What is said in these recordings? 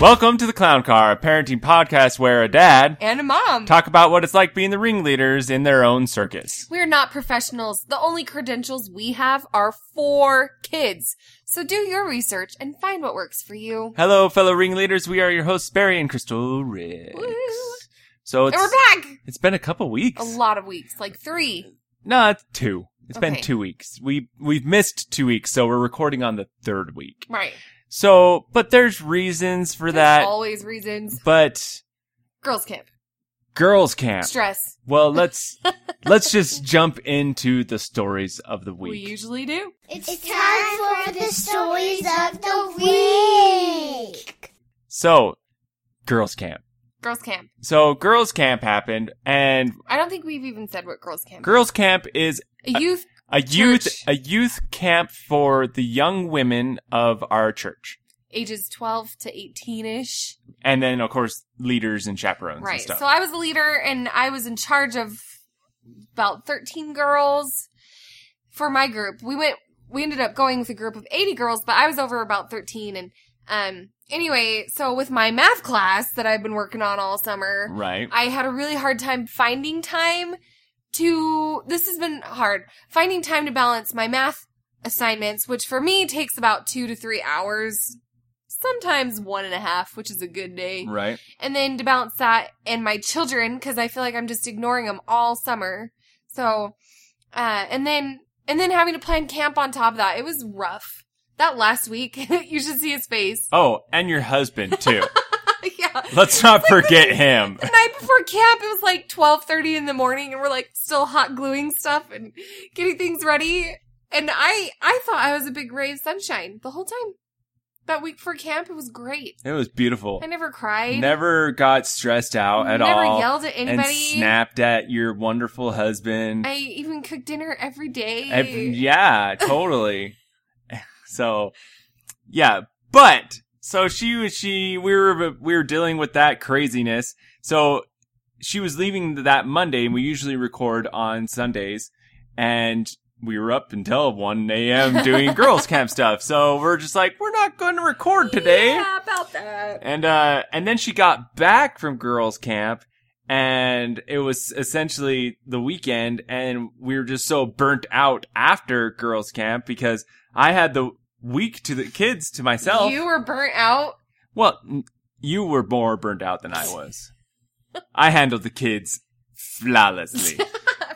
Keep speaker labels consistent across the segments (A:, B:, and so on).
A: Welcome to the Clown Car, a parenting podcast where a dad
B: and a mom.
A: talk about what it's like being the ringleaders in their own circus.
B: We're not professionals. The only credentials we have are for kids. So do your research and find what works for you.
A: Hello, fellow ringleaders. We are your hosts, Barry and Crystal Riggs.
B: Woo.
A: So
B: And we're
A: it's,
B: back.
A: it's been a couple weeks.
B: A lot of weeks, like three.
A: No, it's two. It's been
B: Okay.
A: two weeks. We we've missed two weeks, so we're recording on the third week.
B: Right.
A: So, but there's reasons for that.
B: There's always reasons.
A: but
B: Girls camp.
A: girls camp.
B: Stress.
A: well, let's let's just jump into the stories of the
B: We
A: week.
B: usually do.
C: It's, time for the stories of the week.
A: so, girls camp.
B: Girls camp.
A: So, girls camp happened, and
B: I don't think we've even said what girls camp.
A: girls camp is
B: is. a youth.
A: a youth
B: Church.
A: a youth camp for the young women of our church.
B: Ages 12 to 18 ish.
A: And then, of course, leaders and chaperones and
B: Right.
A: stuff.
B: So I was a leader and I was in charge of about 13 girls for my group. We went, we ended up going with a group of 80 girls, but I was over about 13. And, um, anyway, so with my math class that I've been working on all summer,
A: right.
B: I had a really hard time finding time to, this has been hard, finding time to balance my math assignments, which for me takes about two to three hours, sometimes one and a half, which is a good day
A: Right.
B: and then to balance that and my children because I feel like I'm just ignoring them all summer. So, uh, and then and then having to plan camp on top of that, it was rough. That last week, you should see his face.
A: Oh, and your husband too.
B: yeah.
A: Let's not forget him.
B: The night before camp, it was like twelve thirty in the morning, and we're like still hot gluing stuff and getting things ready. And I, I thought I was a big ray of sunshine the whole time. That week for camp, it was great.
A: It was beautiful.
B: I never cried.
A: Never got stressed out at
B: never
A: all.
B: yelled at
A: and
B: anybody.
A: snapped at your wonderful husband.
B: I even cook dinner every day.
A: Every- yeah, totally. so, yeah, but so she was she we were we were dealing with that craziness. So she was leaving that Monday, and we usually record on Sundays, and we were up until one a.m. doing girls' camp stuff. So we're just like, we're not going to record today.
B: Yeah, about that.
A: And uh and then she got back from girls camp and it was essentially the weekend and we were just so burnt out after girls camp because I had the week to the kids to myself.
B: You were burnt out.
A: well, n- you were more burnt out than I was. I handled the kids flawlessly.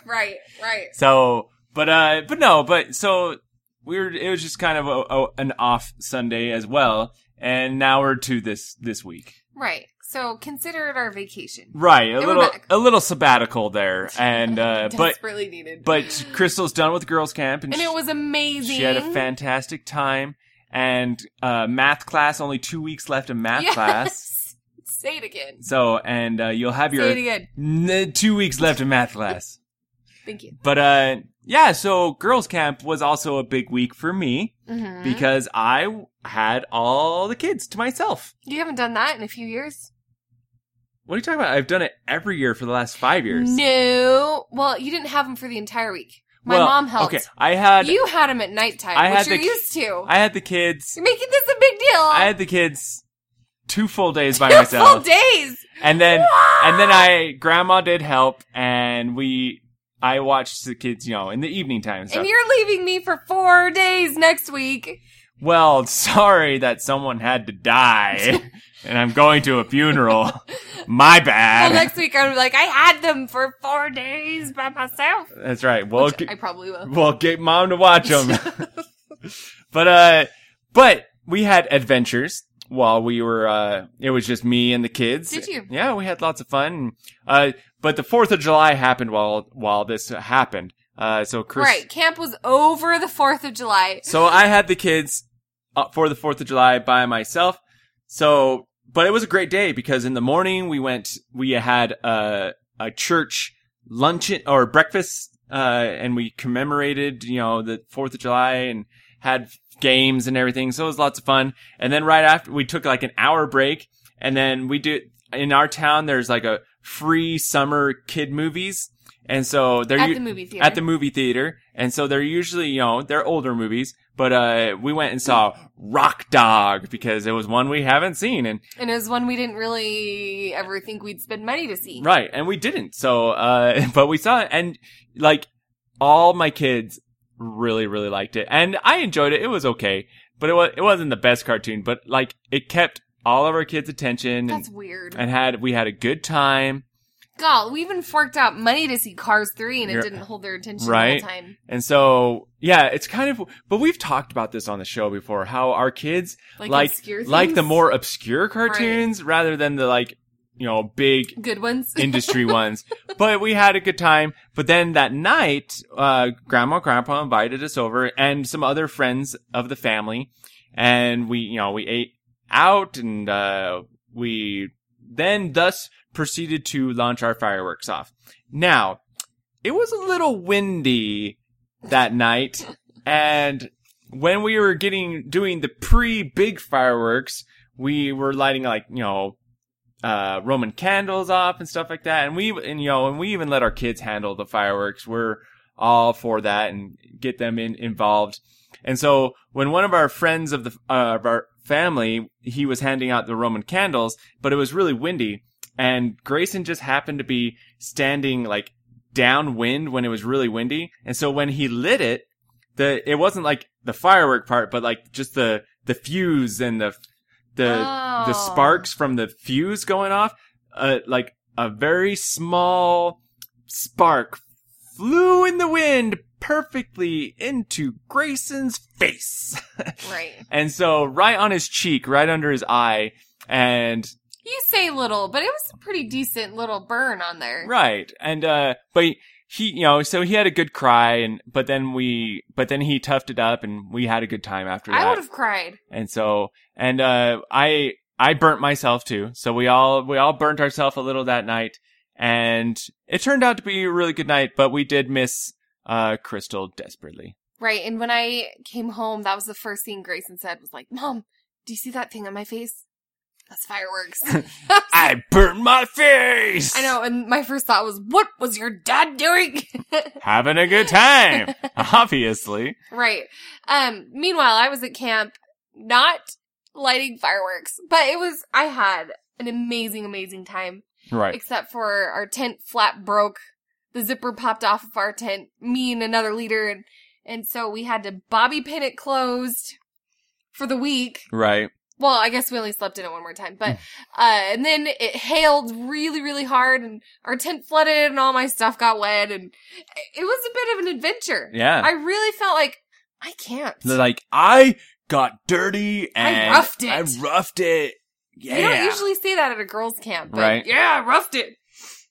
B: right, right.
A: So, but uh, but no, but so we were. It was just kind of a, a, an off Sunday as well, and now we're to this this week.
B: Right. So consider it our vacation.
A: Right, a
B: And we're
A: little
B: back.
A: a little sabbatical there, and uh, but
B: Desperately needed.
A: but Crystal's done with girls camp, and,
B: and
A: she,
B: it was amazing.
A: she had a fantastic time. And uh, math class, only two weeks left of math
B: Yes.
A: class.
B: Say it again.
A: So, and uh, you'll have
B: Say it
A: your
B: again.
A: n- two weeks left of math class.
B: Thank you.
A: But uh, yeah, so girls camp was also a big week for me
B: Mhm.
A: because I w- had all the kids to myself.
B: you haven't done that in a few years.
A: What are you talking about? I've done it every year for the last five years.
B: No. Well, you didn't have them for the entire week. My
A: Well,
B: mom helped.
A: Okay, I had
B: you had them at nighttime,
A: I
B: which
A: had
B: you're
A: the-
B: used to.
A: I had the kids.
B: you're making this a big deal.
A: I had the kids two full days by
B: Two full
A: myself,
B: days.
A: and then and then I grandma did help, and we I watched the kids, you know, in the evening time and stuff.
B: And you're leaving me for four days next week.
A: well, sorry that someone had to die, and I'm going to a funeral. My
B: Well,
A: bad.
B: next week I'm like, I had them for four days by myself.
A: That's right. Well,
B: Which I probably will.
A: Well, get mom to watch them. but uh, but we had adventures while we were. Uh, it was just me and the kids.
B: Did you?
A: Yeah, we had lots of fun. Uh, but the Fourth of July happened while while this happened. Uh, so Chris.
B: Right, camp was over the Fourth of July.
A: So I had the kids uh, for the Fourth of July by myself. So, but it was a great day because in the morning we went, we had a a church luncheon or breakfast, uh, and we commemorated, you know, the Fourth of July and had games and everything. So it was lots of fun. And then right after we took like an hour break, and then we do in our town. There's like a free summer kid movies. And so they're
B: at
A: u-
B: the movie theater.
A: at the movie theater. And so they're usually, you know, they're older movies, but uh we went and saw Rock Dog because it was one we haven't seen and
B: and it was one we didn't really ever think we'd spend money to see.
A: right, and we didn't. So uh but we saw it and like all my kids really really liked it. And I enjoyed it. It was okay, but it was it wasn't the best cartoon, but like it kept all of our kids' attention and,
B: That's weird.
A: and had we had a good time.
B: God, we even forked out money to see Cars 3 and it
A: You're-
B: didn't hold their attention
A: Right.
B: the whole time.
A: And so, yeah, it's kind of, but we've talked about this on the show before, how our kids
B: Like
A: like,
B: obscure
A: like the
B: things?
A: more obscure cartoons rather than the like, you know, big
B: Good ones.
A: industry ones. But we had a good time. But then that night, uh, grandma, and grandpa invited us over and some other friends of the family. And we, you know, we ate out and, uh, we then thus proceeded to launch our fireworks off. Now, it was a little windy that night. And when we were getting, doing the pre big fireworks, we were lighting like, you know, uh, Roman candles off and stuff like that. And we, and you know, and we even let our kids handle the fireworks. We're all for that and get them in, involved. And so when one of our friends of the, uh, of our family, he was handing out the Roman candles, but it was really windy and Grayson just happened to be standing like downwind when it was really windy. And so when he lit it, the, it wasn't like the firework part, but like just the, the fuse and the, the, the
B: Oh.
A: sparks from the fuse going off, uh, like a very small spark flew in the wind perfectly into Grayson's face.
B: Right.
A: and so right on his cheek, right under his eye, and
B: You say little, but it was a pretty decent little burn on there.
A: right. And uh but he, you know, so he had a good cry and but then we but then he toughed it up and we had a good time after that.
B: I would have cried.
A: And so, and, uh, I, I burnt myself too. So we all, we all burnt ourselves a little that night. And it turned out to be a really good night, but we did miss, uh, Crystal desperately.
B: Right. And when I came home, that was the first thing Grayson said was like, Mom, do you see that thing on my face? That's fireworks. I
A: I burnt my face!
B: know. And my first thought was, What was your dad doing?
A: Having a good time! Obviously.
B: right. Um, meanwhile, I was at camp not lighting fireworks, but it was, I had an amazing, amazing time.
A: Right.
B: except for our tent flap broke. The zipper popped off of our tent, me and another leader, and, and so we had to bobby pin it closed for the week.
A: Right.
B: Well, I guess we only slept in it one more time, but,
A: Hmm.
B: uh, and then it hailed really, really hard and our tent flooded and all my stuff got wet and it was a bit of an adventure.
A: Yeah.
B: I really felt like I can't.
A: They're like, I got dirty and
B: roughed it.
A: I roughed it. Yeah.
B: You don't usually say that at a girls' camp, but
A: Right.
B: yeah, I roughed it.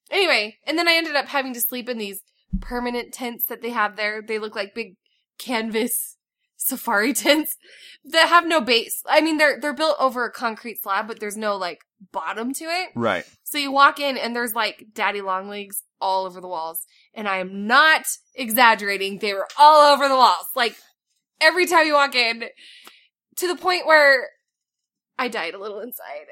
B: Anyway, and then I ended up having to sleep in these permanent tents that they have there. They look like big canvas safari tents that have no base. I mean, they're they're built over a concrete slab, but there's no like bottom to it.
A: right.
B: So you walk in and there's like daddy long legs all over the walls. And I am not exaggerating. They were all over the walls. Like every time you walk in to the point where I died a little inside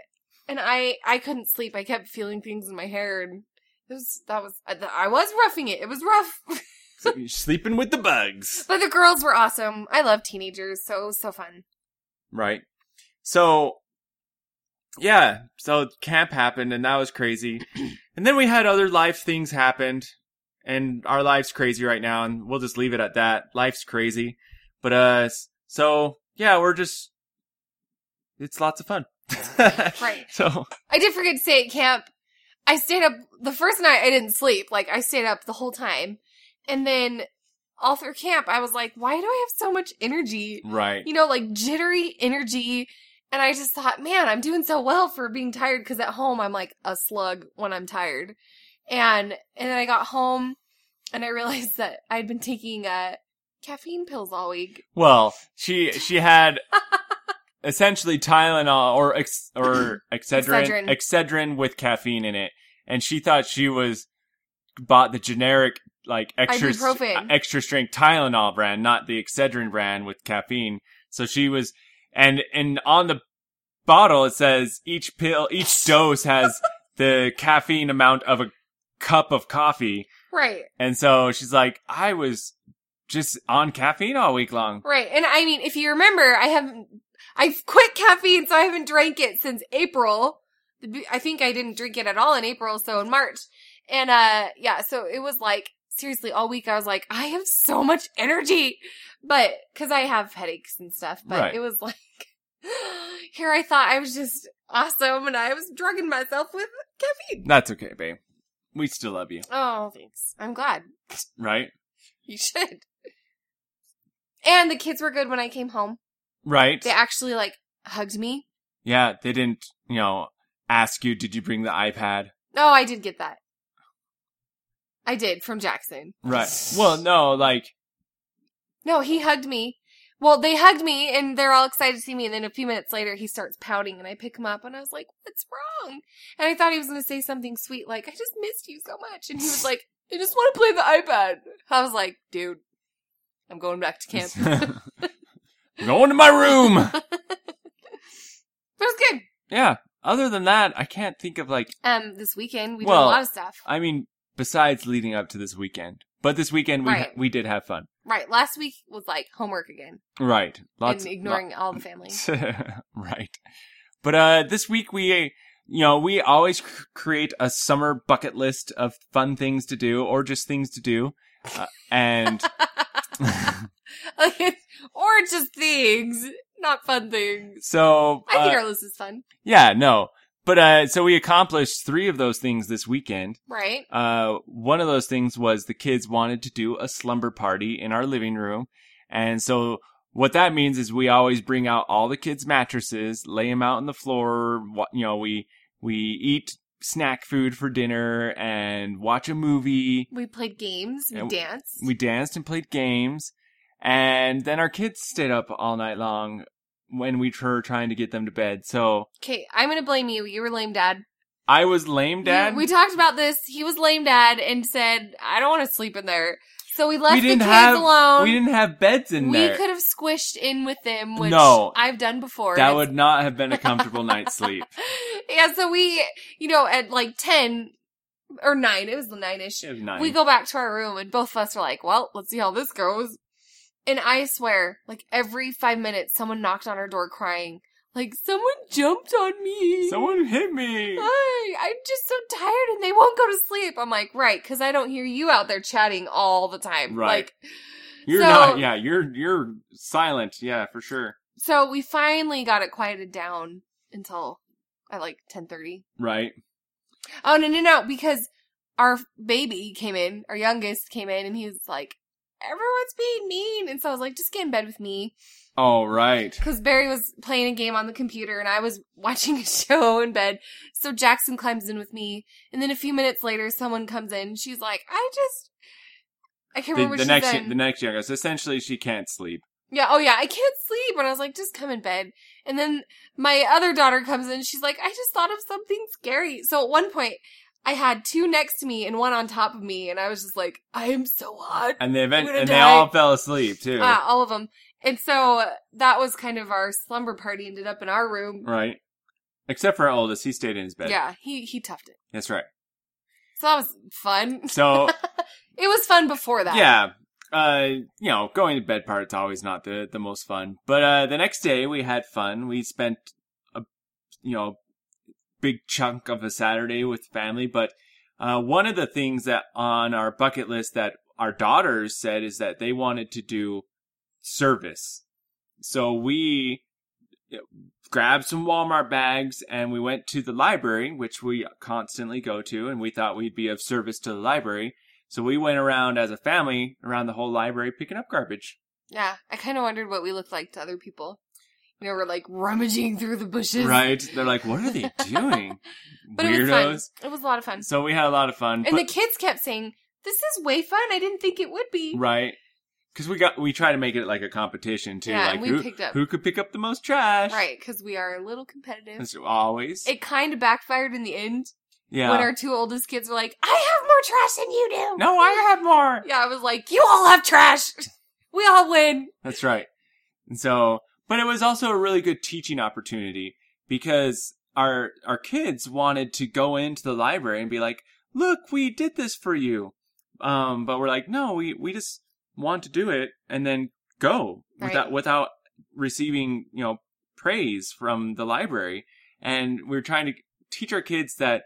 B: and I, I couldn't sleep. I kept feeling things in my hair and it was, that was, I was roughing it. It was rough,
A: So you're sleeping with the bugs.
B: but the girls were awesome. I love teenagers. So it was so fun.
A: Right. So, yeah. So camp happened, and that was crazy. and then we had other life things happened, and our life's crazy right now, and we'll just leave it at that. Life's crazy, but uh, s- so yeah, we're just it's lots of fun.
B: Right.
A: So
B: I did forget to say at camp, I stayed up the first night I didn't sleep. Like I stayed up the whole time. And then all through camp, I was like, why do I have so much energy?
A: right.
B: You know, like jittery energy. And I just thought, man, I'm doing so well for being tired because at home I'm like a slug when I'm tired. And and then I got home and I realized that I'd been taking uh caffeine pills all week.
A: Well, she she had essentially Tylenol or ex, or Excedrin,
B: Excedrin.
A: Excedrin with caffeine in it, and she thought she was bought the generic like extra
B: Ibuprofen.
A: extra strength Tylenol brand, not the Excedrin brand with caffeine. So she was and and on the bottle it says each pill each dose has the caffeine amount of a cup of coffee.
B: Right.
A: And so she's like, I was just on caffeine all week long.
B: Right. And I mean, if you remember, I haven't, I've quit caffeine, so I haven't drank it since April. The b- I think I didn't drink it at all in April, so in March. And, uh, yeah, so it was like, seriously, all week I was like, I have so much energy. But, cause I have headaches and stuff, but
A: Right.
B: it was like, here I thought I was just awesome and I was drugging myself with caffeine.
A: That's okay, babe. We still love you,
B: Oh, thanks. I'm glad.
A: right?
B: You should. And the kids were good when I came home.
A: Right?
B: They actually like hugged me.
A: Yeah, they didn't, you know, ask you, did you bring the iPad?
B: No, I did get that. I did from Jackson.
A: Right. Well, no, like,
B: No, he hugged me. Well, they hugged me and they're all excited to see me. And then a few minutes later, he starts pouting and I pick him up and I was like, what's wrong? And I thought he was going to say something sweet like, I just missed you so much. And he was like, I just want to play the iPad. I was like, dude, I'm going back to camp. but
A: going to my room.
B: it was good.
A: yeah. Other than that, I can't think of like,
B: Um, this weekend, we did
A: Well,
B: a lot of stuff.
A: I mean, besides leading up to this weekend, but this weekend we
B: Right.
A: we did have fun.
B: Right. Last week was like homework again
A: Right. Lots
B: and ignoring all the family.
A: right. But uh this week we you know, we always c- create a summer bucket list of fun things to do or just things to do. Uh, and
B: Like, or just things, not fun things.
A: so
B: I think
A: uh,
B: our list is fun,
A: yeah, no. But uh so we accomplished 3 of those things this weekend.
B: right?
A: Uh one of those things was the kids wanted to do a slumber party in our living room. And so what that means is we always bring out all the kids' mattresses, lay them out on the floor, wa- you know, we we eat snack food for dinner and watch a movie.
B: We played games, we
A: And w-
B: danced.
A: We danced and played games. And then our kids stayed up all night long when we were trying to get them to bed. So
B: okay, I'm gonna blame you. You were lame, Dad.
A: I was lame,
B: You-
A: Dad.
B: we talked about this. He was lame, Dad, and said, "I don't want to sleep in there." So we left
A: didn't
B: the kids
A: have-
B: alone.
A: we didn't have beds in
B: We
A: there.
B: could have squished in with them, which
A: No.
B: I've done before.
A: That
B: It's-
A: would not have been a comfortable night's sleep.
B: yeah, so we, you know, at like 10 or 9, it was the 9 ish,
A: It was nine.
B: we go back to our room and both of us are like, well, let's see how this goes. And I swear, like every five minutes, someone knocked on our door crying, like, someone jumped on me.
A: Someone hit me.
B: Hi, I'm just so tired and they won't go to sleep. I'm like, right, because I don't hear you out there chatting all the time.
A: Right.
B: Like,
A: You're
B: So-
A: not. Yeah, you're you're silent. Yeah, for sure.
B: so we finally got it quieted down until at like 10.30.
A: Right.
B: Oh no no no! Because our baby came in, our youngest came in, and he was like, "Everyone's being mean," and so I was like, "Just get in bed with me,"
A: All right.
B: because Barry was playing a game on the computer and I was watching a show in bed. So Jackson climbs in with me, and then a few minutes later, someone comes in. She's like, "I just." I can't
A: The,
B: remember
A: the
B: what
A: next
B: she said.
A: the next youngest. Essentially, she can't sleep.
B: Yeah, oh yeah, I can't sleep. And I was like, just come in bed. And then my other daughter comes in. She's like, I just thought of something scary. So at one point, I had two next to me and one on top of me. And I was just like, I am so hot.
A: And they event,
B: I'm gonna
A: and they
B: die.
A: all fell asleep too.
B: Uh, all of them. And so uh, that was kind of our slumber party ended up in our room.
A: Right. Except for our oldest, he stayed in his bed.
B: Yeah, he, he toughed it.
A: That's right.
B: So that was fun.
A: So
B: It was fun before that.
A: yeah. Uh, you know, going to bed part's always not the the most fun. But uh, the next day we had fun. We spent a you know big chunk of a Saturday with family. But uh, one of the things that on our bucket list that our daughters said is that they wanted to do service. So we grabbed some Walmart bags and we went to the library, which we constantly go to, and we thought we'd be of service to the library. So we went around as a family around the whole library picking up garbage.
B: Yeah. I kind of wondered what we looked like to other people. You know, we're like rummaging through the bushes.
A: Right? They're like, what are they doing?
B: But it was fun.
A: Weirdos.
B: It was a lot of fun.
A: So we had a lot of fun.
B: And
A: but-
B: the kids kept saying, "This is way fun. I didn't think it would be."
A: Right. Because we got we try to make it like a competition too.
B: Yeah,
A: like
B: and we
A: who,
B: picked up-
A: who could pick up the most trash.
B: Right, because we are a little competitive.
A: As always.
B: It kind of backfired in the end
A: yeah.
B: when our two oldest kids were like, "I have more trash than you do."
A: no, I have more.
B: Yeah, I was like, "You all have trash. we all win."
A: That's right. And so, but it was also a really good teaching opportunity because our our kids wanted to go into the library and be like, "Look, we did this for you." Um, but we're like, no, we, we just want to do it and then go
B: Right.
A: without, without receiving, you know, praise from the library. And we're trying to teach our kids that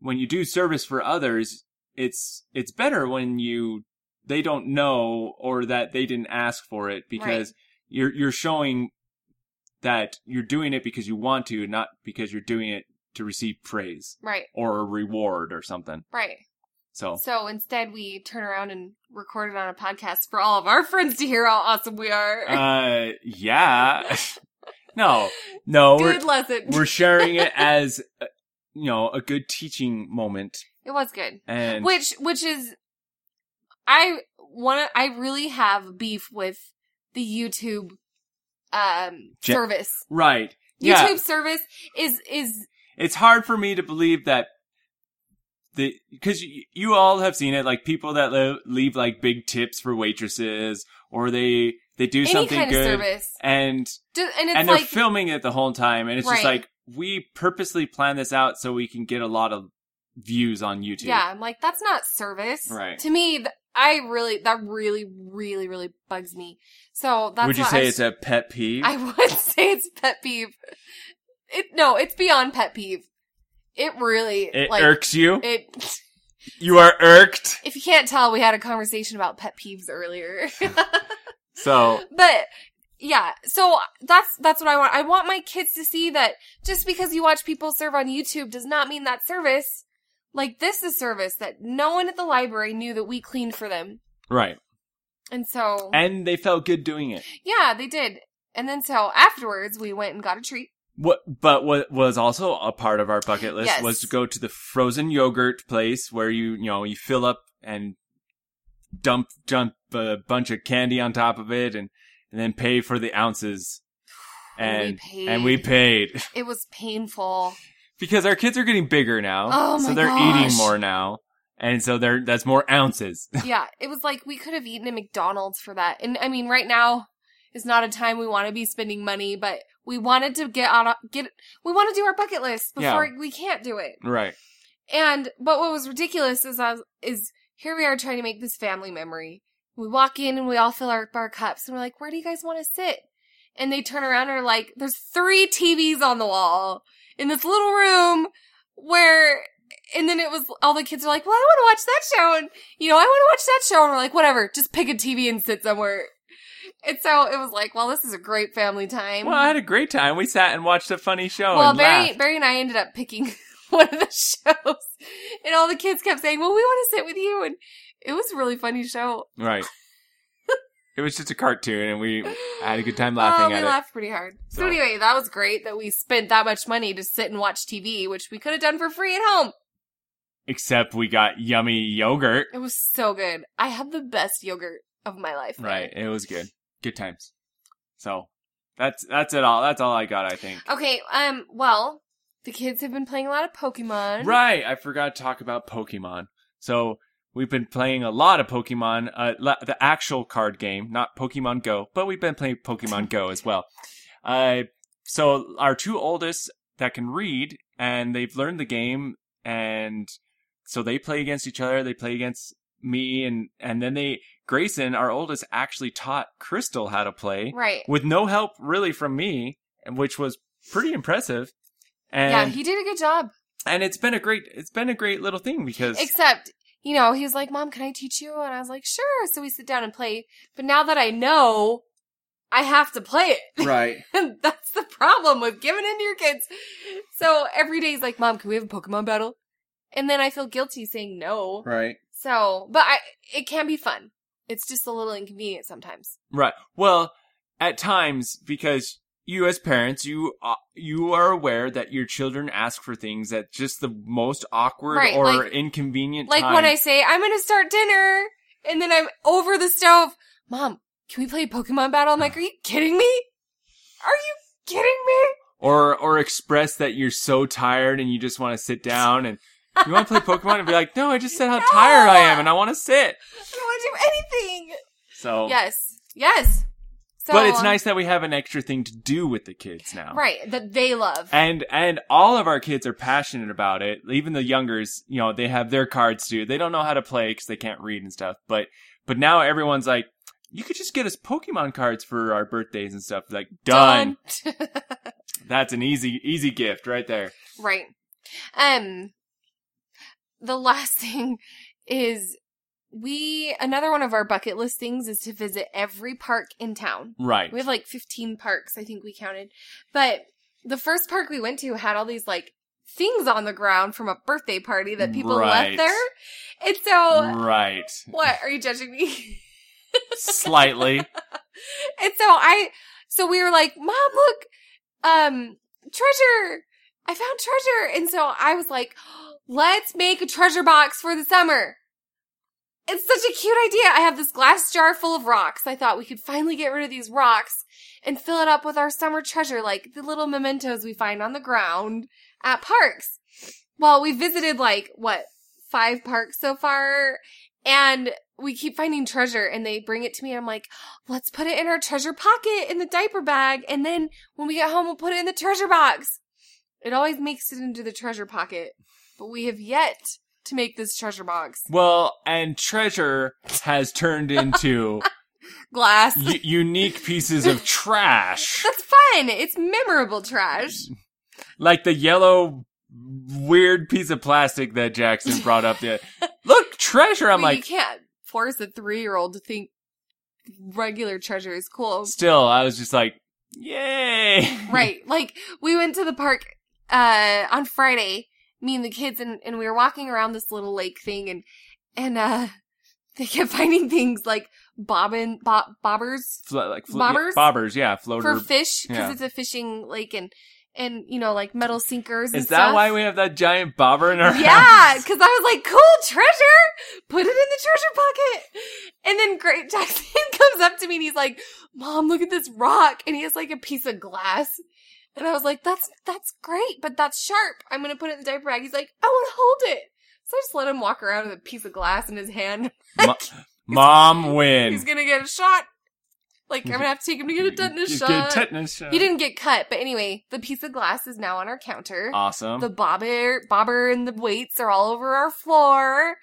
A: when you do service for others, it's, it's better when you, they don't know or that they didn't ask for it because you're, you're showing that you're doing it because you want to, not because you're doing it to receive praise
B: Right,
A: or a reward or something.
B: right.
A: So
B: So instead, we turn around and record it on a podcast for all of our friends to hear how awesome we are.
A: uh yeah no no we're,
B: good lesson.
A: we're sharing it as uh, you know a good teaching moment
B: it was good.
A: and
B: which which is i want to i really have beef with the youtube um
A: Gen-
B: service
A: right yeah
B: youtube service is is
A: it's hard for me to believe that the because you, you all have seen it like people that le- leave like big tips for waitresses or they they do
B: any
A: something
B: kind
A: good
B: of service
A: and
B: Ju- and it's
A: and they're
B: like
A: filming it the whole time and it's just
B: Right.
A: like we purposely plan this out so we can get a lot of views on youtube
B: yeah i'm like that's not service
A: Right.
B: to me th- i really that really really really bugs me so that's
A: would you
B: why
A: say
B: I,
A: it's a pet peeve
B: I would say it's pet peeve it no it's beyond pet peeve it really
A: It
B: like
A: irks you.
B: it
A: you are irked.
B: if you can't tell, we had a conversation about pet peeves earlier.
A: So
B: but yeah, so that's that's what I want. I want my kids to see that just because you watch people serve on YouTube does not mean that service. Like this is service that no one at the library knew that we cleaned for them.
A: right,
B: And so
A: and they felt good doing it.
B: yeah, they did. And then so afterwards we went and got a treat.
A: What, but what was also a part of our bucket list
B: Yes.
A: was to go to the frozen yogurt place where you you know you fill up and dump dump a bunch of candy on top of it and and then pay for the ounces. And
B: we
A: and we
B: paid.
A: paid
B: It was painful.
A: because our kids are getting bigger now,
B: Oh
A: so
B: my
A: they're
B: gosh.
A: eating more now, and so they're that's more ounces.
B: yeah, it was like we could have eaten at McDonald's for that. And I mean, right now is not a time we want to be spending money, but we wanted to get on a, get we want to do our bucket list before we can't do it.
A: right.
B: And but what was ridiculous is I was, is here we are trying to make this family memory. We walk in and we all fill our, our cups and we're like, "Where do you guys want to sit?" And they turn around and are like, "There's three TVs on the wall in this little room where." And then it was all the kids are like, "Well, I want to watch that show," and you know, "I want to watch that show." And we're like, "Whatever, just pick a TV and sit somewhere." And so it was like, "Well, this is a great family time."
A: Well, I had a great time. We sat and watched a funny show.
B: well,
A: Oh, and
B: Barry,
A: laughed.
B: Barry and I ended up picking one of the shows, and all the kids kept saying, "Well, we want to sit with you," and it was a really funny show.
A: Right. it was just a cartoon, and we I had a good time laughing
B: oh, we
A: at
B: laughed pretty hard. So
A: So-
B: anyway, that was great that we spent that much money to sit and watch TV, which we could have done for free at home.
A: it. Except we got yummy yogurt.
B: It was so good. I had the best yogurt of my life. there.
A: Right. It was good. Good times. So that's that's it all. That's all I got. I think.
B: Okay. Um. Well, the kids have been playing a lot of Pokemon.
A: Right. I forgot to talk about Pokemon. So we've been playing a lot of Pokemon, uh, la- the actual card game, not Pokemon Go, but we've been playing Pokemon Go as well. Uh, so our two oldest that can read and they've learned the game and so they play against each other. They play against me and, and then they, Grayson, our oldest actually taught Crystal how to play
B: Right.
A: with no help really from me, and which was pretty impressive. And
B: yeah, he did a good job.
A: and it's been a great it's been a great little thing because
B: Except, you know, he was like, Mom, can I teach you? And I was like, Sure. So we sit down and play. But now that I know, I have to play it.
A: right
B: And that's the problem with giving in to your kids. So every day he's like, Mom, can we have a Pokemon battle? And then I feel guilty saying no.
A: right
B: So, but I, it can be fun. It's just a little inconvenient sometimes.
A: right well at times because you as parents you uh, you are aware that your children ask for things at just the most awkward
B: Right,
A: or
B: like-
A: inconvenient
B: Like
A: time.
B: when I say, I'm going to start dinner and then I'm over the stove. Mom, can we play Pokemon battle? I'm like, are you kidding me? Are you kidding me?
A: or or express that you're so tired and you just want to sit down and you want to play Pokemon and be like no I just said how
B: No!
A: tired I am and I want to sit
B: I don't want to do anything.
A: so
B: Yes. Yes. So,
A: Oh. but it's
B: um,
A: nice that we have an extra thing to do with the kids now.
B: right? That they love.
A: And and all of our kids are passionate about it. Even the youngers, you know, they have their cards too. They don't know how to play because they can't read and stuff. But but now everyone's like, you could just get us Pokemon cards for our birthdays and stuff. Like done.
B: Done.
A: That's an easy easy gift right there.
B: right. Um. The last thing is we another one of our bucket list things is to visit every park in town.
A: Right.
B: We have like 15 parks, I think we counted. But the first park we went to had all these like things on the ground from a birthday party that people
A: Right.
B: left there. And so,
A: Right.
B: what? Are you judging me?
A: Slightly.
B: and so I, so we were like, Mom, look, um, treasure. I found treasure. And so I was like, let's make a treasure box for the summer. It's such a cute idea. I have this glass jar full of rocks. I thought we could finally get rid of these rocks and fill it up with our summer treasure, like the little mementos we find on the ground at parks. Well, we visited like, what, five parks so far? And we keep finding treasure and they bring it to me. And I'm like, let's put it in our treasure pocket in the diaper bag. And then when we get home, we'll put it in the treasure box. It always makes it into the treasure pocket, but we have yet to make this treasure box
A: Well, and treasure has turned into
B: glass.
A: u- unique pieces of trash,
B: That's fun. It's memorable trash.
A: like the yellow weird piece of plastic that Jackson brought up. The look treasure. I'm
B: Well, you
A: like,
B: can't force a three year old to think regular treasure is cool.
A: still, I was just like, yay,
B: right. Like we went to the park uh on Friday, me and the kids and, and we were walking around this little lake thing and and uh they kept finding things like bobbin bob, bobbers
A: Flo- like flo-
B: Bobbers?
A: Yeah, bobbers, yeah, floater.
B: for fish because
A: yeah.
B: it's a fishing lake and and you know like metal sinkers. and
A: Is that
B: stuff.
A: why we have that giant bobber in our
B: Yeah,
A: house?
B: because I was like, cool, treasure. Put it in the treasure pocket. And then Great Jackson comes up to me and he's like, Mom, look at this rock. And he has like a piece of glass. And I was like, that's that's great, but that's sharp. I'm gonna put it in the diaper bag. He's like, I wanna hold it. So I just let him walk around with a piece of glass in his hand.
A: Mo- Mom
B: He's
A: win.
B: gonna get a shot. Like, I'm gonna have to take him to get a tetanus
A: He's
B: shot.
A: good tetanus shot.
B: he didn't get cut, but anyway, the piece of glass is now on our counter.
A: Awesome.
B: The bobber, bobber, and the weights are all over our floor,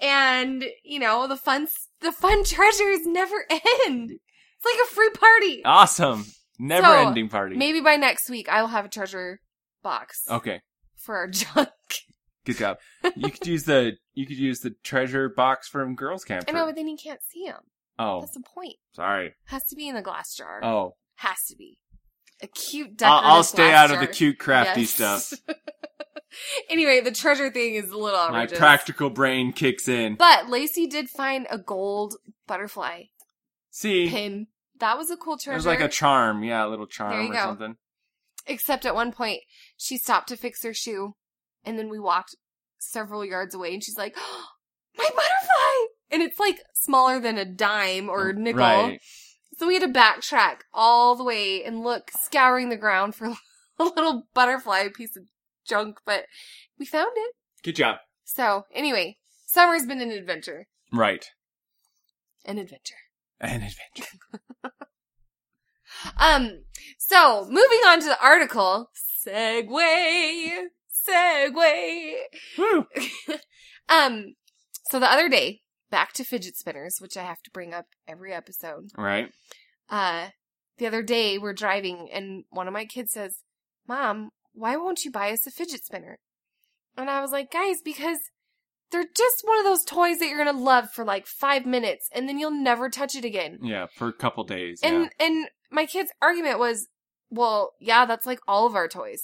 B: and you know the fun, the fun treasures never end. It's like a free party.
A: awesome. Never ending party.
B: Maybe by next week I will have a treasure box
A: okay.
B: for our junk.
A: Good job. You could use the you could use the treasure box from girls' camp.
B: I
A: for-
B: know, but then you can't see them.
A: oh,
B: That's the point.
A: sorry.
B: Has to be in the glass jar.
A: Oh,
B: Has to be a cute
A: I'll,
B: decorative
A: I'll stay
B: glass
A: out of the
B: jar.
A: cute crafty
B: Yes.
A: stuff.
B: anyway, the treasure thing is a little
A: My
B: outrageous.
A: practical brain kicks in.
B: But Lacey did find a gold butterfly
A: See,
B: pin. That was a cool treasure.
A: there's like a charm. Yeah, a little charm
B: There you
A: or
B: go.
A: something.
B: Except at one point, she stopped to fix her shoe, and then we walked several yards away, and she's like, "Oh, "My butterfly!" And it's like smaller than a dime or a nickel.
A: Oh, Mm, Right.
B: So we had to backtrack all the way and look, scouring the ground for a little butterfly piece of junk, but we found it.
A: Good job.
B: So anyway, summer's been an adventure.
A: Right.
B: An adventure.
A: An adventure.
B: Um, so moving on to the article. Segway. Segway.
A: Woo.
B: Um, so the other day, back to fidget spinners, which I have to bring up every episode.
A: Right.
B: Uh, the other day we're driving and one of my kids says, Mom, why won't you buy us a fidget spinner? And I was like, guys, because they're just one of those toys that you're going to love for like five minutes and then you'll never touch it again.
A: Yeah, for a couple days.
B: And and my kid's argument was, well, yeah, that's like all of our toys.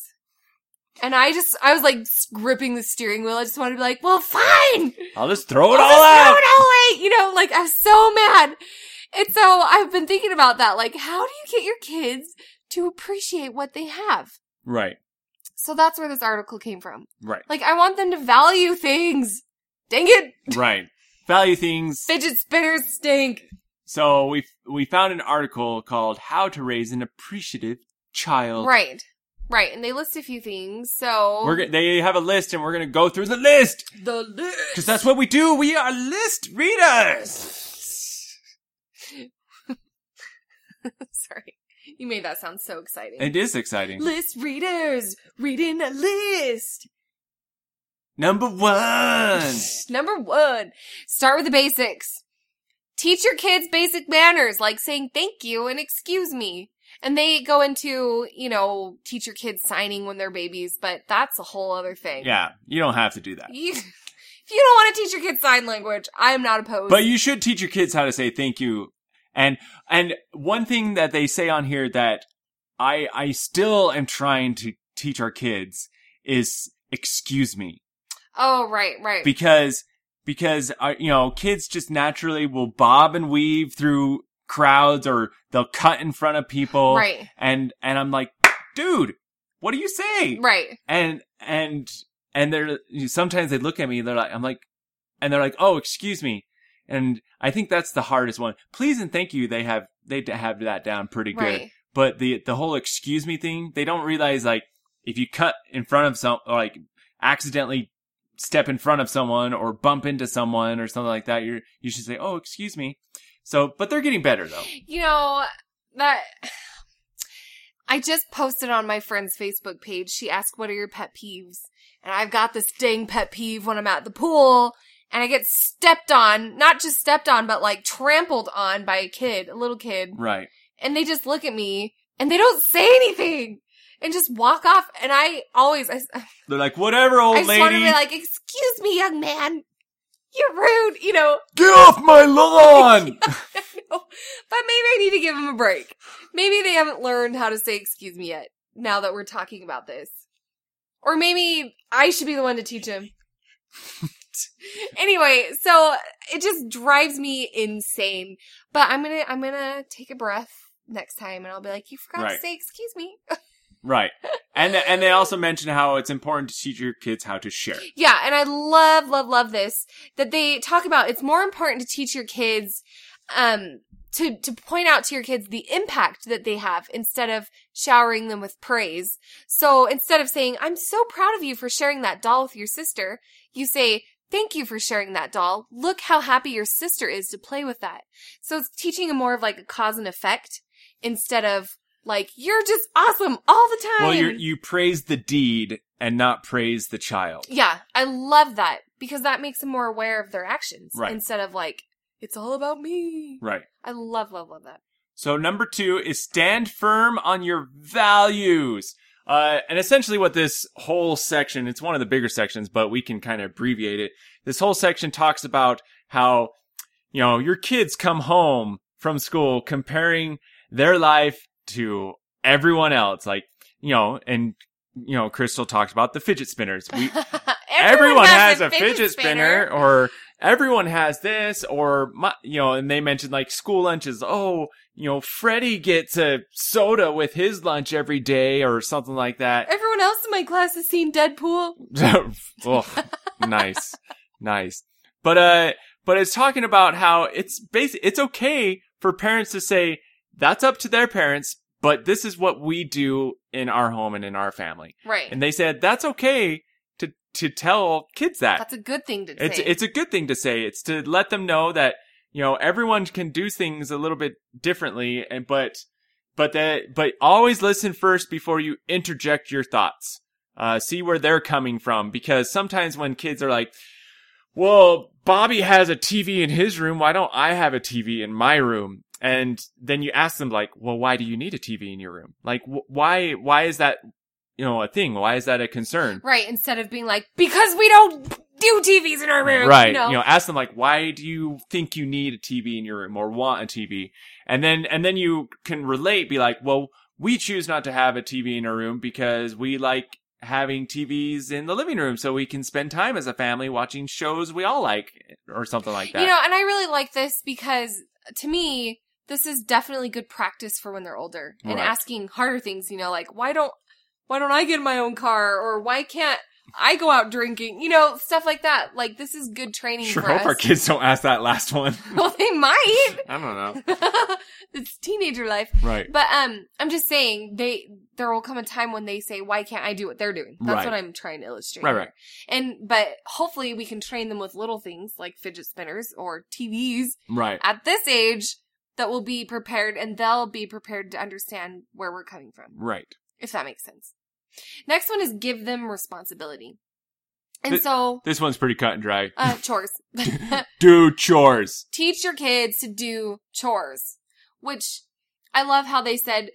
B: And I just I was like gripping the steering wheel. I just wanted to be like, well, fine,
A: yeah. I'll just throw it
B: I'll
A: all
B: just
A: out.
B: throw it all away. You know, like I was so mad. And so I've been thinking about that. Like, how do you get your kids to appreciate what they have?
A: Right.
B: So that's where this article came from.
A: Right.
B: Like, I want them to value things. Dang it,
A: Right. Value things.
B: fidget spinners stink.
A: So we we found an article called "How to Raise an Appreciative Child."
B: Right, right. And they list a few things. So
A: We're go- they have a list, and we're gonna go through the list
B: the list.
A: because that's what we do. We are list readers.
B: Sorry. You made that sound so exciting.
A: It is exciting.
B: list readers reading a list.
A: Number one.
B: Number one, start with the basics. Teach your kids basic manners like saying thank you and excuse me. And they go into, you know, teach your kids signing when they're babies, but that's a whole other thing.
A: Yeah, you don't have to do that.
B: You, if you don't want to teach your kids sign language, I am not opposed.
A: But you should teach your kids how to say thank you. And and one thing that they say on here that I I still am trying to teach our kids is excuse me
B: oh, right, right.
A: because because uh, you know kids just naturally will bob and weave through crowds or they'll cut in front of people
B: right,
A: and and I'm like dude what do you say
B: right.
A: and and and they're sometimes they look at me they're like i'm like and they're like oh excuse me and i think that's the hardest one please and thank you they have they d- have that down pretty good
B: Right.
A: but the the whole excuse me thing they don't realize like if you cut in front of some or like accidentally step in front of someone or bump into someone or something like that you you should say oh excuse me so but they're getting better though
B: You know, that I just posted on my friend's Facebook page. She asked, What are your pet peeves? And I've got this dang pet peeve when I'm at the pool and I get stepped on, not just stepped on, but like trampled on by a kid, a little kid.
A: right
B: And they just look at me and they don't say anything and just walk off. And I always, I,
A: they're like whatever old
B: I just
A: lady
B: want to be like, Excuse me, young man. You're rude, you know.
A: get off my lawn
B: No, but maybe I need to give them a break. Maybe they haven't learned how to say excuse me yet, now that we're talking about this. Or maybe I should be the one to teach them. anyway, so it just drives me insane. But I'm gonna I'm gonna take a breath next time and I'll be like, You forgot to
A: Right.
B: say excuse me.
A: Right. And and they also mention how it's important to teach your kids how to share.
B: Yeah, and I love, love, love this that they talk about. It's more important to teach your kids, um, to to point out to your kids the impact that they have instead of showering them with praise. So instead of saying, "I'm so proud of you for sharing that doll with your sister," you say. Thank you for sharing that doll. Look how happy your sister is to play with that. So it's teaching them more of like a cause and effect instead of like, you're just awesome all the time.
A: Well, you you praise the deed and not praise the child.
B: Yeah, I love that because that makes them more aware of their actions
A: Right.
B: instead of like it's all about me.
A: Right.
B: I love, love, love that.
A: So number 2 is stand firm on your values. Uh, and essentially what this whole section, it's one of the bigger sections, but we can kind of abbreviate it. This whole section talks about how you know, your kids come home from school comparing their life to everyone else. Like, you know, and, you know, Crystal talked about the fidget spinners. We, everyone, has, a fidget, spinner. or everyone has this or my, you know and they mentioned like school lunches oh you know freddie gets a soda with his lunch every day or something like that
B: Everyone else in my class has seen Deadpool.
A: oh, nice nice but uh but it's talking about how it's basic it's okay for parents to say that's up to their parents but this is what we do in our home and in our family
B: Right.
A: and they said that's okay to to tell kids that
B: That's a good thing to
A: it's
B: say.
A: it's a good thing to say. It's to let them know that you know everyone can do things a little bit differently, and but but that but always listen first before you interject your thoughts. Uh, see where they're coming from because sometimes when kids are like, "Well, Bobby has a TV in his room. Why don't I have a TV in my room?" And then you ask them like, "Well, why do you need a TV in your room? Like, wh- why why is that you know a thing? Why is that a concern?"
B: right. Instead of being like because we don't do TVs in our room.
A: Right.
B: You know.
A: ask them like, why do you think you need a TV in your room or want a TV? And then, and then you can relate, be like, well, we choose not to have a TV in our room because we like having TVs in the living room so we can spend time as a family watching shows we all like or something like that.
B: You know, and I really like this because to me, this is definitely good practice for when they're older and
A: Right.
B: asking harder things, you know, like why don't why don't I get my own car or why can't I go out drinking? You know, stuff like that. Like this is good training
A: sure
B: for
A: hope
B: us.
A: our kids don't ask that last one.
B: well, they might.
A: I don't know.
B: it's teenager life.
A: Right.
B: But um I'm just saying they there will come a time when they say why can't I do what they're doing? That's
A: Right.
B: what I'm trying to illustrate.
A: Right,
B: here.
A: right.
B: And but hopefully we can train them with little things like fidget spinners or TVs
A: Right.
B: at this age that will be prepared and they'll be prepared to understand where we're coming from
A: Right.
B: if that makes sense. Next one is give them responsibility. And
A: Th-
B: so,
A: This one's pretty cut and dry.
B: uh, chores.
A: Do chores.
B: Teach your kids to do chores, which I love how they said,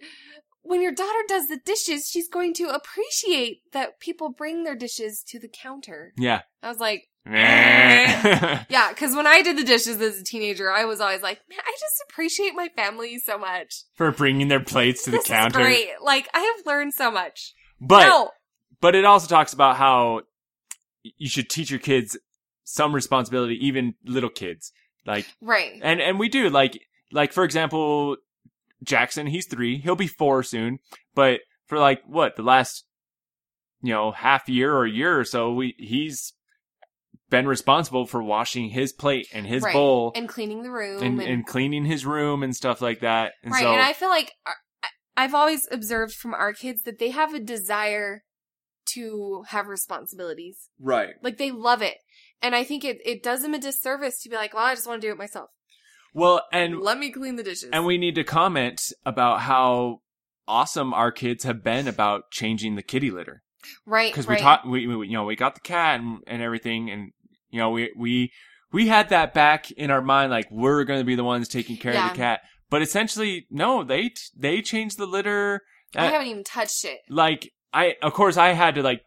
B: when your daughter does the dishes, she's going to appreciate that people bring their dishes to the counter.
A: Yeah.
B: I was like,
A: yeah.
B: yeah, because when I did the dishes as a teenager, I was always like, man, I just appreciate my family so much.
A: For bringing their plates to the
B: this is
A: counter.
B: great. Like, I have learned so much.
A: But
B: no,
A: but it also talks about how you should teach your kids some responsibility, even little kids. Like
B: right.
A: and and we do like like for example, Jackson, he's three, he'll be four soon, but for like what the last you know half year or year or so, we he's been responsible for washing his plate and his
B: Right.
A: bowl
B: and cleaning the room
A: and, and cleaning his room and stuff like that. And
B: right
A: so
B: and i feel like our- I- i've always observed from our kids that they have a desire to have responsibilities
A: right.
B: like they love it and i think it, it does them a disservice to be like well i just want to do it myself
A: Well, and
B: let me clean the dishes
A: And we need to comment about how awesome our kids have been about changing the kitty litter
B: right
A: because
B: right.
A: we taught we, we you know we got the cat and, and everything and you know we we we had that back in our mind like we're going to be the ones taking care of
B: Yeah.
A: the cat but essentially no they t- they changed the litter
B: i
A: Uh,
B: haven't even touched it
A: like I of course I had to like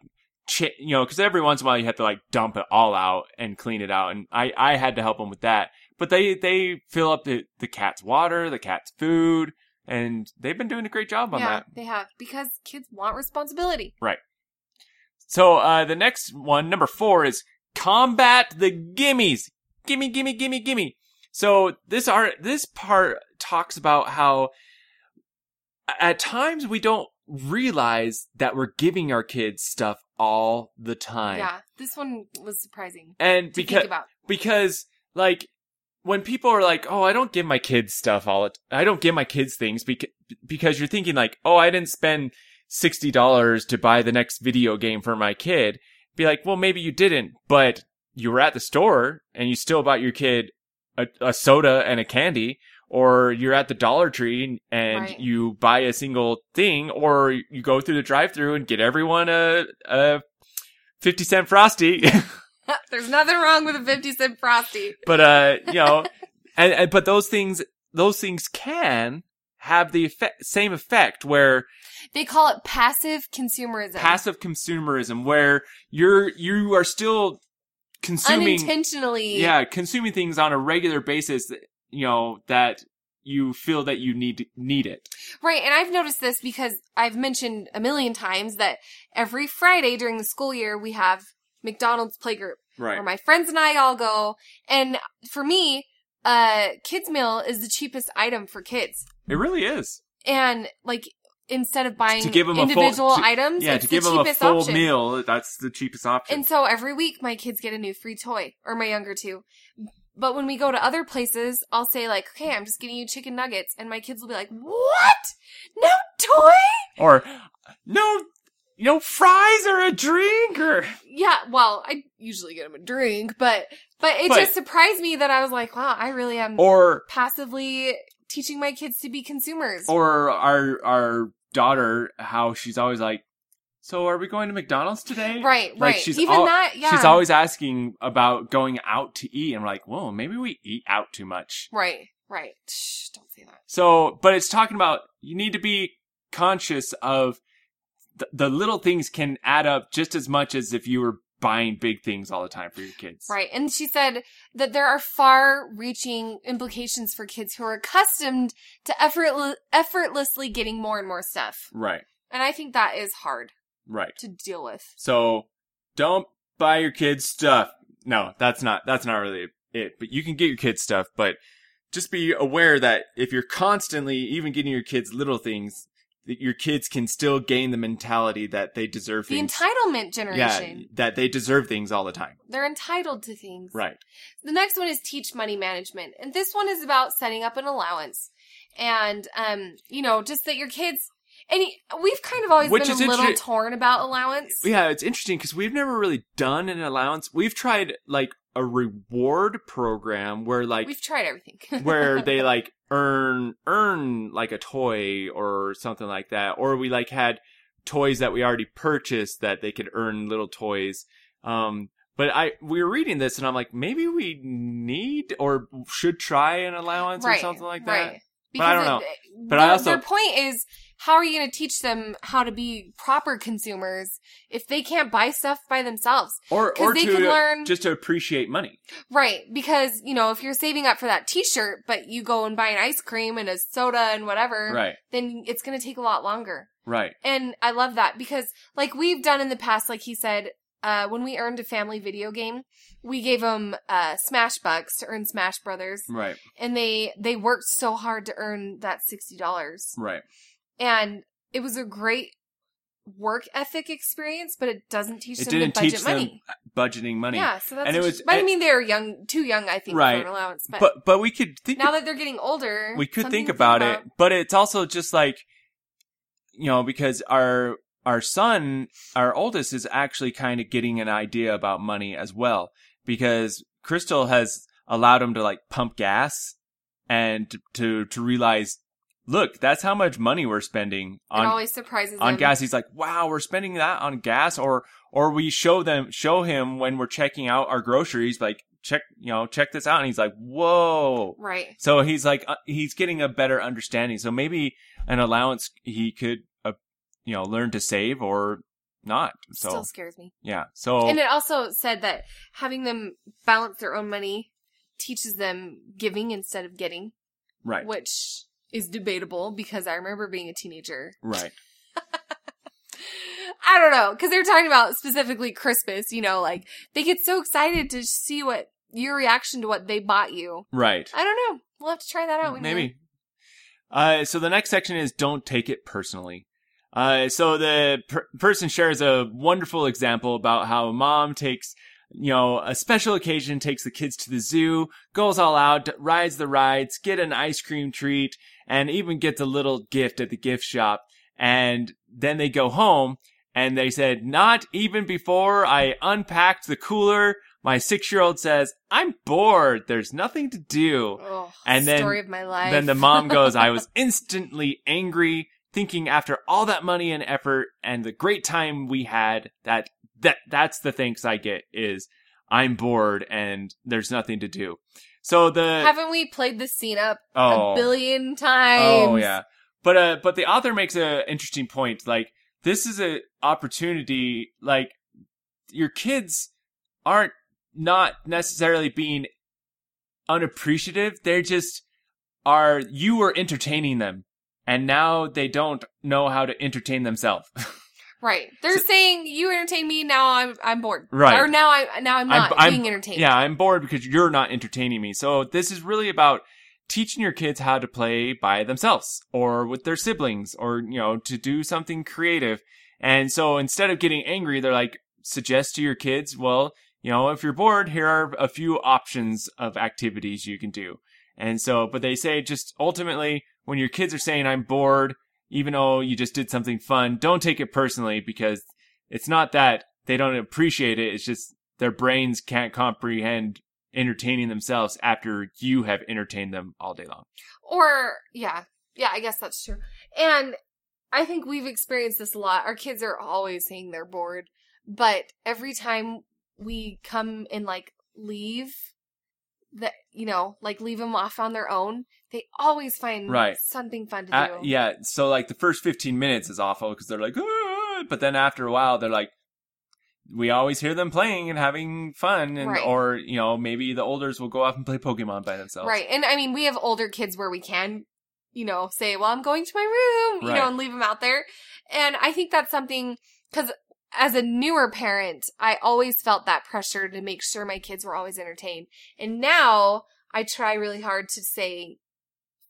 A: ch- you know because every once in a while you have to like dump it all out and clean it out and I I had to help them with that but they they fill up the the cat's water the cat's food and they've been doing a great job on
B: yeah
A: that
B: they have because kids want responsibility
A: so uh the next one number four is combat the gimmies gimme gimme gimme gimme so this art this part talks about how at times we don't realize that we're giving our kids stuff all the time
B: yeah this one was surprising
A: and
B: to
A: because
B: think about
A: because like when people are like oh i don't give my kids stuff all the t- i don't give my kids things because because you're thinking like oh i didn't spend $60 to buy the next video game for my kid be like well maybe you didn't but you were at the store and you still bought your kid a, a soda and a candy or you're at the dollar tree and
B: Right.
A: you buy a single thing or you go through the drive-through and get everyone a, a 50 cent frosty
B: there's nothing wrong with a 50 cent frosty
A: but uh you know and, and but those things those things can have the effect, same effect where
B: they call it passive consumerism
A: passive consumerism where you're you are still consuming
B: unintentionally
A: yeah consuming things on a regular basis that, you know that you feel that you need need it
B: Right, and I've noticed this because I've mentioned a million times that every Friday during the school year we have McDonald's playgroup where
A: right
B: my friends and I all go. And for me, uh kids meal is the cheapest item for kids.
A: it really is
B: And like instead of buying
A: give 'em a full-
B: individual
A: to-
B: items,
A: yeah
B: it's
A: to give
B: the
A: them a
B: cheapest
A: full
B: option.
A: meal that's the cheapest option
B: And so every week my kids get a new free toy, or my younger two. But when we go to other places, I'll say like, "Okay, I'm just getting you chicken nuggets," and my kids will be like, "What? No toy?"
A: or no no fries or a drink or
B: Yeah, well, I usually get him a drink, but but it
A: But-
B: just surprised me that I was like, wow, I really am
A: or
B: passively teaching my kids to be consumers.
A: or our our daughter how she's always like so are we going to mcdonald's today
B: right,
A: like,
B: right.
A: she's
B: Even
A: al-
B: that, yeah.
A: she's always asking about going out to eat and we're like whoa maybe we eat out too much
B: right, right. Shh, don't say that.
A: so but it's talking about you need to be conscious of th- the little things can add up just as much as if you were buying big things all the time for your kids
B: Right. And she said that there are far-reaching implications for kids who are accustomed to effortle- effortlessly getting more and more stuff.
A: right
B: And I think that is hard
A: right
B: to deal with.
A: So don't buy your kids stuff. No, that's not that's not really it. But you can get your kids stuff, but just be aware that if you're constantly even getting your kids little things, that your kids can still gain the mentality that they deserve
B: The
A: things.
B: entitlement
A: yeah,
B: generation.
A: that they deserve things all the time.
B: They're entitled to things.
A: Right.
B: The next one is teach money management. And this one is about setting up an allowance. And, um, you know, just that your kids, and y- we've kind of always
A: Which
B: been
A: is
B: a little
A: intere-
B: torn about allowance.
A: Yeah, it's interesting because we've never really done an allowance. We've tried like a reward program where like
B: We've tried everything.
A: where they like earn earn like a toy or something like that or we like had toys that we already purchased that they could earn little toys um but i we were reading this and i'm like maybe we need or should try an allowance or something like that
B: Right.
A: But I don't
B: it-
A: But
B: their,
A: I also-
B: their point is, how are you going to teach them how to be proper consumers if they can't buy stuff by themselves?
A: or
B: 'Cause
A: or
B: they
A: to
B: can learn-
A: just to appreciate money
B: Right, because you know if you're saving up for that T-shirt, but you go and buy an ice cream and a soda and whatever,
A: right
B: then it's going to take a lot longer.
A: right
B: And I love that because, like we've done in the past, like he said, uh, when we earned a family video game, we gave them uh, Smash Bucks to earn Smash Brothers,
A: right
B: and they they worked so hard to earn that sixty dollars,
A: right
B: and it was a great work ethic experience, but it doesn't teach
A: It
B: them to
A: didn't
B: budget
A: teach them
B: money.
A: budgeting money
B: Yeah, so that's
A: And it
B: a-
A: was-
B: but I
A: it-
B: mean they were young, too young, I think,
A: Right.
B: for an allowance. But,
A: but but we could think
B: now that they're getting older,
A: we could
B: something
A: think
B: to
A: about it but it's also just like you know because our our son our oldest is actually kind of getting an idea about money as well because crystal has allowed him to like pump gas and to to realize look that's how much money we're spending
B: it
A: on
B: always surprises
A: on
B: them.
A: gas he's like wow we're spending that on gas or or we show them show him when we're checking out our groceries like check you know check this out and he's like whoa
B: Right.
A: so he's like uh, he's getting a better understanding. So maybe an allowance he could uh, you know learn to save or not. So
B: Still scares me.
A: yeah. So
B: And it also said that having them balance their own money teaches them giving instead of getting,
A: right.
B: which is debatable because I remember being a teenager.
A: Right.
B: I don't know, because they're talking about specifically Christmas, you know, like they get so excited to see what your reaction to what they bought you.
A: Right.
B: I don't know. We'll have to try that out. when
A: Maybe. Uh, so the next section is don't take it personally. Uh, so the per- person shares a wonderful example about how a mom takes, you know, a special occasion, takes the kids to the zoo, goes all out, rides the rides, get an ice cream treat, and even gets a little gift at the gift shop. And then they go home and they said, not even before I unpacked the cooler, my six year old says, I'm bored. There's nothing to do.
B: You're, oh,
A: And then-
B: story of my life.
A: Then the mom goes, I was instantly angry, thinking after all that money and effort and the great time we had, that that that's the thanks I get is I'm bored and there's nothing to do. So the
B: Haven't we played this scene up
A: oh,
B: a billion times?
A: oh yeah. But uh but the author makes a interesting point. Like this is a opportunity like your kids aren't not necessarily being unappreciative. They're just are you were entertaining them and now they don't know how to entertain themselves.
B: Right. They're saying you entertain me now. I'm I'm bored.
A: Right.
B: Or now I now I'm not
A: I'm- I'm-
B: being entertained.
A: yeah, I'm bored because you're not entertaining me. So this is really about teaching your kids how to play by themselves or with their siblings or you know to do something creative. And so instead of getting angry, they're like suggest to your kids, well, you know, if you're bored, here are a few options of activities you can do. And so but they say just ultimately when your kids are saying I'm bored, even though you just did something fun, don't take it personally because it's not that they don't appreciate it. It's just their brains can't comprehend entertaining themselves after you have entertained them all day long.
B: Or yeah, yeah. I guess that's true. And I think we've experienced this a lot. Our kids are always saying they're bored, but every time we come and like leave, that you know, like leave them off on their own, they always find
A: Right.
B: something fun to do.
A: Uh, yeah. So like the first 15 minutes is awful because they're like, "Ah," but then after a while, they're like, we always hear them playing and having fun, and
B: Right.
A: or you know maybe the olders will go off and play Pokemon by themselves.
B: Right. And I mean, we have older kids where we can, you know, say, well, I'm going to my room, you
A: Right.
B: know, and leave them out there. And I think that's something, because as a newer parent, I always felt that pressure to make sure my kids were always entertained. And now I try really hard to say,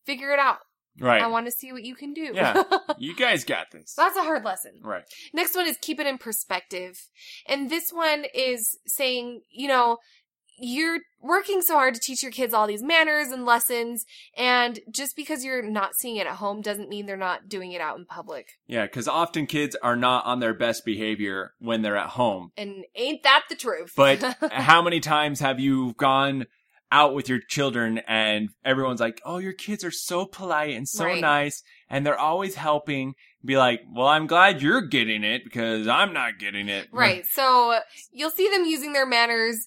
B: figure it out.
A: Right.
B: I want to see what you can do.
A: Yeah. you guys got this.
B: so that's a hard lesson.
A: right.
B: Next one is keep it in perspective. And this one is saying, you know, you're working so hard to teach your kids all these manners and lessons, and just because you're not seeing it at home doesn't mean they're not doing it out in public.
A: Yeah, because often kids are not on their best behavior when they're at home.
B: And ain't that the truth?
A: But how many times have you gone out with your children and everyone's like, oh, your kids are so polite and so
B: Right.
A: nice and they're always helping? Be like, well, I'm glad you're getting it because I'm not getting it.
B: right, so you'll see them using their manners,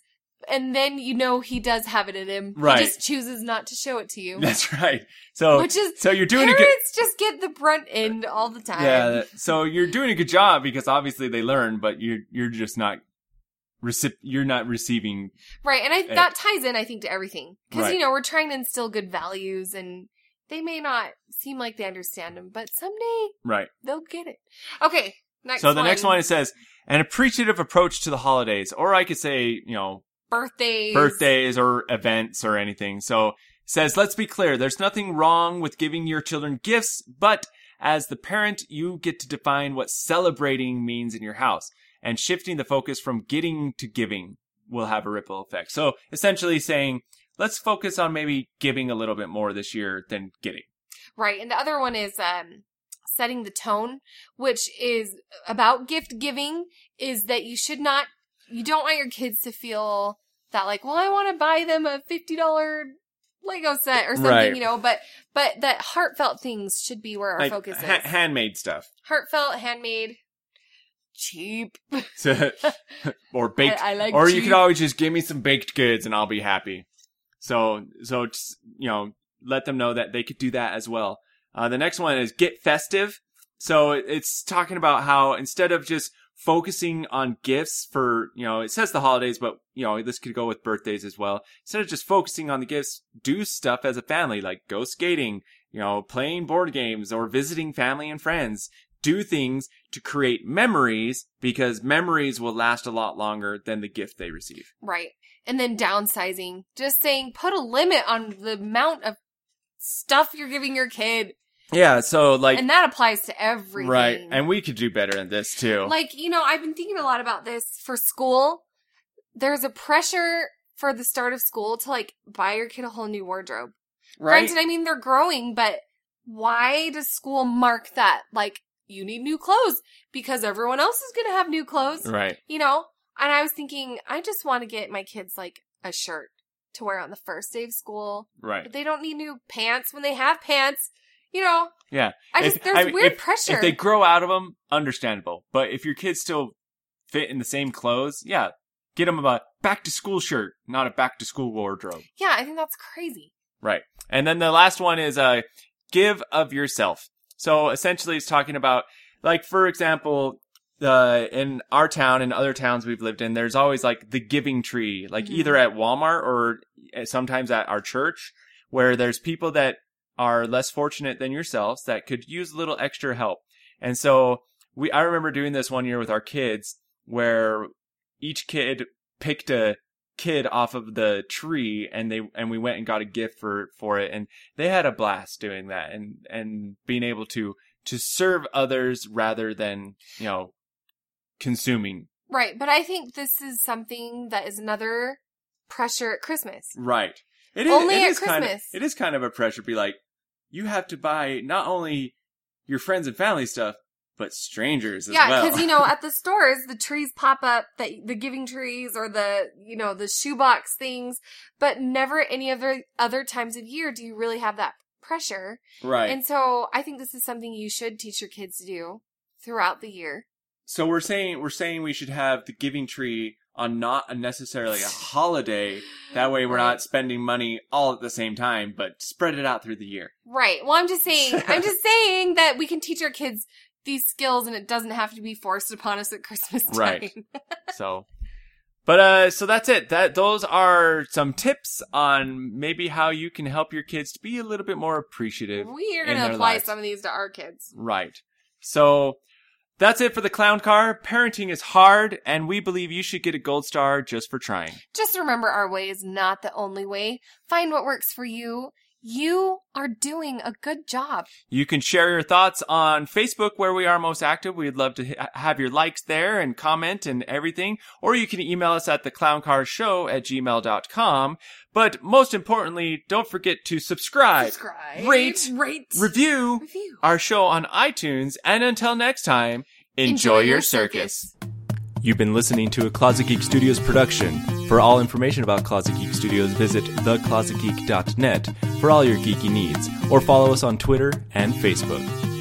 B: and then you know he does have it in him.
A: Right.
B: He just chooses not to show it to you.
A: That's right. So,
B: Which is
A: so you're doing a
B: Parents
A: good.
B: just get the brunt end all the time.
A: Yeah. that- So you're doing a good job because obviously they learn, but you're you're just not recip- you're not receiving.
B: Right. And I,
A: Eh.
B: that ties in, I think, to everything. Because,
A: Right.
B: you know, we're trying to instill good values and they may not seem like they understand them, but someday
A: Right.
B: they'll get it. Okay. Next
A: so the next one it says an appreciative approach to the holidays, or I could say you know
B: birthdays.
A: birthdays or events or anything. So it says let's be clear, there's nothing wrong with giving your children gifts, but as the parent, you get to define what celebrating means in your house, and shifting the focus from getting to giving will have a ripple effect. So essentially saying. Let's focus on maybe giving a little bit more this year than getting.
B: Right. And the other one is um, setting the tone, which is about gift giving, is that you should not, you don't want your kids to feel that like, well, I want to buy them a $50 Lego set or something,
A: Right.
B: you know, but, but that heartfelt things should be where our
A: Like,
B: focus is.
A: ha- handmade stuff.
B: heartfelt, handmade, cheap.
A: So- or baked
B: I, I like.
A: or
B: cheap.
A: you could always just give me some baked goods and I'll be happy. So, so just, you know, let them know that they could do that as well. Uh, the next one is get festive. So it- it's talking about how instead of just focusing on gifts for, you know, it says the holidays, but you know, this could go with birthdays as well. Instead of just focusing on the gifts, do stuff as a family, like go skating, you know, playing board games or visiting family and friends. Do things to create memories because memories will last a lot longer than the gift they receive.
B: right, and then downsizing. Just saying, put a limit on the amount of stuff you're giving your kid,
A: Yeah, so like
B: and that applies to everything.
A: right, and we could do better in this too.
B: like you know, I've been thinking a lot about this for school. There's a pressure for the start of school to like buy your kid a whole new wardrobe.
A: right?
B: Granted, I mean they're growing, but why does school mark that? Like you need new clothes because everyone else is going to have new clothes.
A: right.
B: you know and i was thinking i just want to get my kids like a shirt to wear on the first day of school
A: Right.
B: but they don't need new pants when they have pants you know
A: Yeah.
B: i
A: If-
B: just there's
A: I mean,
B: weird
A: if-
B: pressure
A: If they grow out of them, understandable. But if your kids still fit in the same clothes, yeah, get them a back to school shirt, not a back to school wardrobe.
B: yeah i think that's crazy
A: Right. And then the last one is uh give of yourself. So essentially it's talking about like for example, uh, in our town and other towns we've lived in, there's always like the giving tree, like
B: Mhm.
A: either at Walmart or uh, sometimes at our church, where there's people that are less fortunate than yourselves that could use a little extra help. And so we, I remember doing this one year with our kids where each kid picked a kid off of the tree and they and we went and got a gift for for it and they had a blast doing that and and being able to to serve others rather than you know consuming
B: right but i think this is something that is another pressure at christmas
A: right it is
B: Only
A: it
B: at
A: is kind of-
B: Christmas.
A: it is kind of a pressure to be like you have to buy not only your friends and family stuff but strangers as
B: yeah
A: well
B: because you know at the stores the trees pop up that the giving trees or the you know the shoebox things but never any other other times of year do you really have that pressure
A: right
B: And so I think this is something you should teach your kids to do throughout the year.
A: so we're saying we're saying we should have the giving tree on not necessarily a holiday That way we're
B: Right.
A: not spending money all at the same time, but spread it out through the year.
B: Right. Well, I'm just saying, I'm just saying that we can teach our kids these skills and it doesn't have to be forced upon us at Christmas time.
A: Right. So but uh so that's it. That those are some tips on maybe how you can help your kids to be a little bit more appreciative.
B: We are
A: In
B: going
A: their
B: to apply
A: lives.
B: some of these to our kids.
A: Right. So that's it for the clown car. Parenting is hard and we believe you should get a gold star just for trying.
B: Just remember our way is not the only way. Find what works for you. You are doing a good job.
A: You can share your thoughts on Facebook, where we are most active. We'd love to h- have your likes there and comment and everything. Or you can email us at theclowncarshow at gmail.com. But most importantly, don't forget to subscribe,
B: Subscribe.
A: Rate.
B: Rate.
A: review
B: Review.
A: our show on iTunes, and until next time, enjoy, your circus. You've been listening to a Closet Geek Studios production. For all information about Closet Geek Studios, visit theclosetgeek.net for all your geeky needs, or follow us on Twitter and Facebook.